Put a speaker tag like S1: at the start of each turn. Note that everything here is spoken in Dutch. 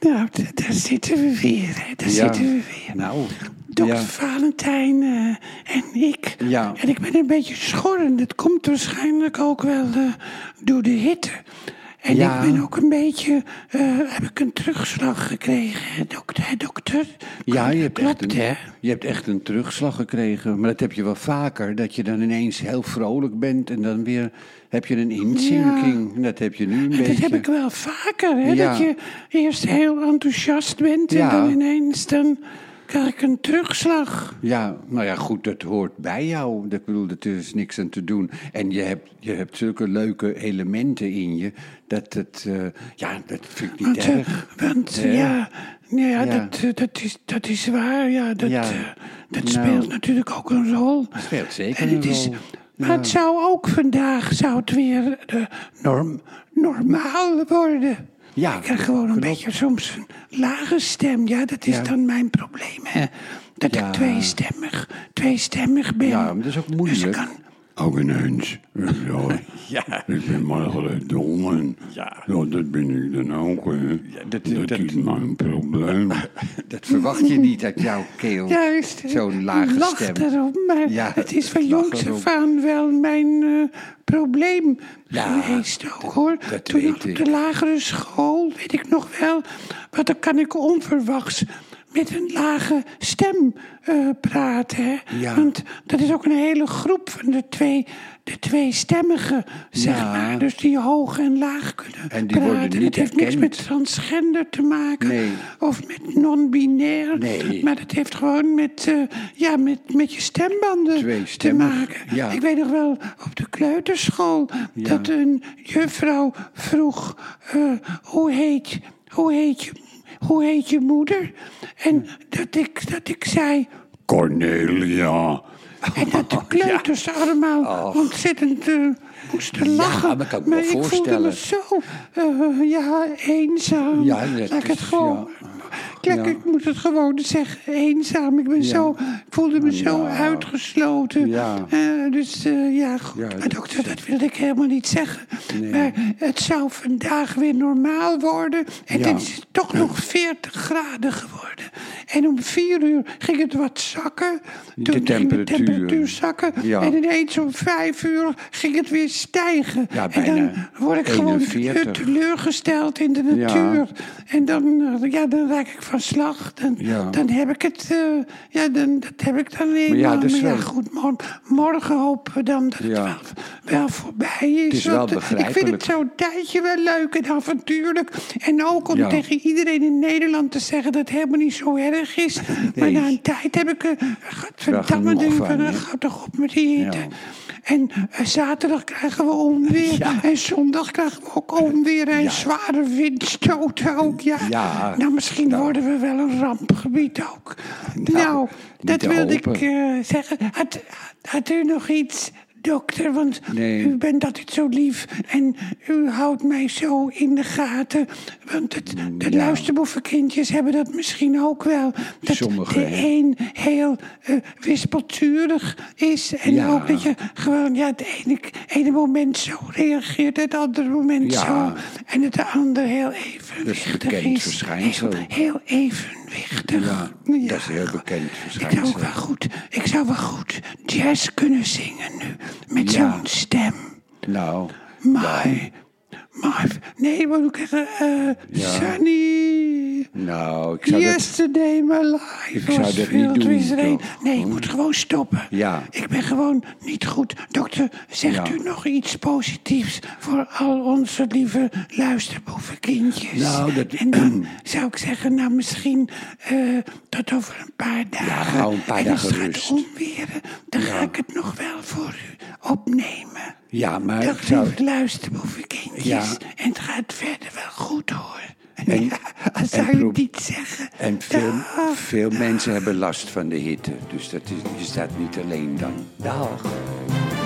S1: Nou, zitten we weer, hè. Daar zitten we weer.
S2: Nou,
S1: Dokter
S2: ja.
S1: Valentijn eh, en ik.
S2: Ja.
S1: En ik ben een beetje schor en dat komt waarschijnlijk ook wel eh, door de hitte. En
S2: Ja.
S1: ik ben ook een beetje, eh, heb ik een terugslag gekregen, hè, dokter. Hè, dokter?
S2: Ja, je hebt, echt
S1: Klopt,
S2: een,
S1: hè?
S2: je hebt echt een terugslag gekregen. Maar dat heb je wel vaker. Dat je dan ineens heel vrolijk bent en dan weer heb je een inzinking. Dat heb je nu een
S1: Ah, Dat
S2: beetje.
S1: heb ik wel vaker, hè?
S2: Ja.
S1: Dat je eerst heel enthousiast bent en
S2: Ja.
S1: dan ineens dan krijg ik een terugslag.
S2: Ja, nou ja, goed, dat hoort bij jou. Ik bedoel, er is niks aan te doen. En je hebt, je hebt zulke leuke elementen in je. Dat het, eh, ja, dat vind ik niet
S1: Want, eh,
S2: erg.
S1: want
S2: Hè?
S1: ja, nou ja,
S2: Ja.
S1: Dat, eh, dat, is, dat is waar. Ja, dat,
S2: Ja.
S1: eh, dat
S2: Nou.
S1: speelt natuurlijk ook een rol.
S2: Speelt zeker
S1: En het
S2: een
S1: is,
S2: rol.
S1: Maar het zou ook vandaag zou het weer eh, norm, normaal worden.
S2: Ja,
S1: ik krijg gewoon een
S2: klopt.
S1: beetje soms een lage stem. Ja, dat is
S2: Ja.
S1: dan mijn probleem. Hè. Dat
S2: Ja.
S1: ik tweestemmig, tweestemmig ben.
S2: Ja, maar dat is ook
S1: Dus ik
S2: moeilijk.
S1: kan
S3: Ook ineens. ja. Ik ben Margaret Dolman.
S2: Ja.
S3: Nou, dat ben ik dan ook. Hè.
S2: dat-
S3: dat,
S2: dat-
S3: is mijn probleem.
S2: Dat verwacht je niet uit jouw keel.
S1: Ja, is-
S2: Zo'n lage
S1: lach
S2: stem.
S1: Erop, maar
S2: Ja,
S1: het is van
S2: lach
S1: jongs
S2: erop.
S1: af aan wel mijn eh, probleem
S2: Ja,
S1: geweest ook, hoor.
S2: dat
S1: Toen
S2: weet
S1: ik op
S2: ik.
S1: de lagere school, weet ik nog wel, want dan kan ik onverwachts met een lage stem eh, praten. Hè?
S2: Ja.
S1: Want dat is ook een hele groep van de twee... De tweestemmige, zeg
S2: Ja.
S1: maar. Dus die hoog en laag kunnen
S2: En die worden
S1: praten.
S2: niet
S1: Het heeft niks
S2: herkend.
S1: met transgender te maken.
S2: Nee.
S1: Of met non-binair.
S2: Nee.
S1: Maar dat heeft gewoon met, eh, ja, met, met je stembanden
S2: Twee
S1: te
S2: stemmen,
S1: maken.
S2: ja.
S1: Ik weet nog wel op de kleuterschool dat een juffrouw vroeg: eh, hoe, heet, hoe, heet je, hoe heet je moeder? En dat ik, dat ik zei.
S3: Cornelia.
S1: En dat de kleuters allemaal ontzettend eh, moesten lachen.
S2: maar dat kan ik me wel
S1: voelde me
S2: voorstellen.
S1: zo eh, ja, eenzaam.
S2: Ja, dat
S1: Laat ik het
S2: is-
S1: gewoon... Kijk,
S2: Ja.
S1: ik moet het gewoon zeggen, eenzaam. Ik, ben zo, ik voelde me zo uitgesloten.
S2: Ja.
S1: Eh, dus eh, ja, goed.
S2: Ja,
S1: maar
S2: dat-
S1: dokter, dat wilde ik helemaal niet zeggen. Maar het zou vandaag weer normaal worden. En
S2: Ja.
S1: dan is het toch nog 40 graden geworden. En om vier uur ging het wat zakken. Toen ging
S2: temperatuur.
S1: de temperatuur zakken.
S2: Ja.
S1: En ineens om vijf uur ging het weer stijgen.
S2: Ja,
S1: en dan
S2: bijna
S1: word ik gewoon
S2: 41.
S1: teleurgesteld in de natuur. En dan, eh, ja, dan raak ik van slag. Dan,
S2: Ja.
S1: dan heb ik het. eh, ja, dan, dat heb ik dan eenmaal.
S2: ja, dat
S1: Maar
S2: is
S1: ja,
S2: wel-
S1: goed. mor- morgen hopen we dan dat het
S2: Ja.
S1: wel, wel voorbij is.
S2: is wel
S1: want, eh, ik vind het
S2: begrijpelijk.
S1: zo'n tijdje wel leuk en avontuurlijk. En ook om
S2: Ja.
S1: tegen iedereen in Nederland te zeggen dat het helemaal niet zo erg is. Maar
S2: Nee.
S1: na een tijd heb ik. eh, Gadverdamme,
S2: genoeg
S1: denk ik
S2: van,
S1: van. eh,
S2: hè?
S1: Ga toch op met die hitte.
S2: Ja.
S1: En eh, zaterdag krijgen we onweer. En zondag krijgen we ook onweer. En zware windstoten ook. Ja.
S2: Ja.
S1: Nou, misschien worden we wel een rampgebied ook. Nou,
S2: niet
S1: dat
S2: te
S1: wilde
S2: hopen.
S1: ik eh, zeggen. Had, had u nog iets, dokter? Want
S2: Nee.
S1: u bent altijd zo lief. En u houdt mij zo in de gaten. Want het, de luisterboevenkindjes hebben dat misschien ook wel. Dat
S2: Sommige,
S1: de
S2: hè?
S1: een heel eh, wispelturig is. En
S2: Ja.
S1: ook dat je gewoon ja, het ene, ene moment zo reageert, het andere moment
S2: Ja.
S1: zo. En het ander heel evenwichtig
S2: Dat is bekend
S1: is.
S2: verschijnsel.
S1: Heel, heel evenwichtig.
S2: Ja, dat is heel bekend
S1: Ik zou, ook
S2: verschijnsel.
S1: wel goed, ik zou wel goed jazz kunnen zingen nu. Met
S2: Ja.
S1: zo'n stem.
S2: Nou,
S1: My, my, nee, wat moet ik zeggen? Eh, Sunny.
S2: nou, ik zou dat...
S1: Yesterday my life
S2: Ik zou
S1: was
S2: dat niet
S1: filled
S2: doen,
S1: with rain.
S2: toch?
S1: Nee, ik moet gewoon stoppen.
S2: Ja.
S1: Ik ben gewoon niet goed. Dokter, zegt
S2: Ja.
S1: u nog iets positiefs voor al onze lieve luisterboevenkindjes?
S2: Nou, dat-
S1: En dan zou ik zeggen, nou misschien eh, tot over een paar dagen.
S2: hou een paar
S1: en als
S2: dagen
S1: het gaat
S2: rust.
S1: omweren, dan ga ik het nog wel voor u opnemen.
S2: Ja, maar ik
S1: Dag
S2: zou...
S1: lieve luisterboevenkindjes.
S2: Ja.
S1: En het gaat verder wel goed hoor.
S2: En-
S1: ja,
S2: en
S1: zou je
S2: proef-
S1: het niet zeggen.
S2: En veel,
S1: Dag.
S2: veel mensen hebben last van de hitte. Dus dat is, is dat niet alleen dan. Dag.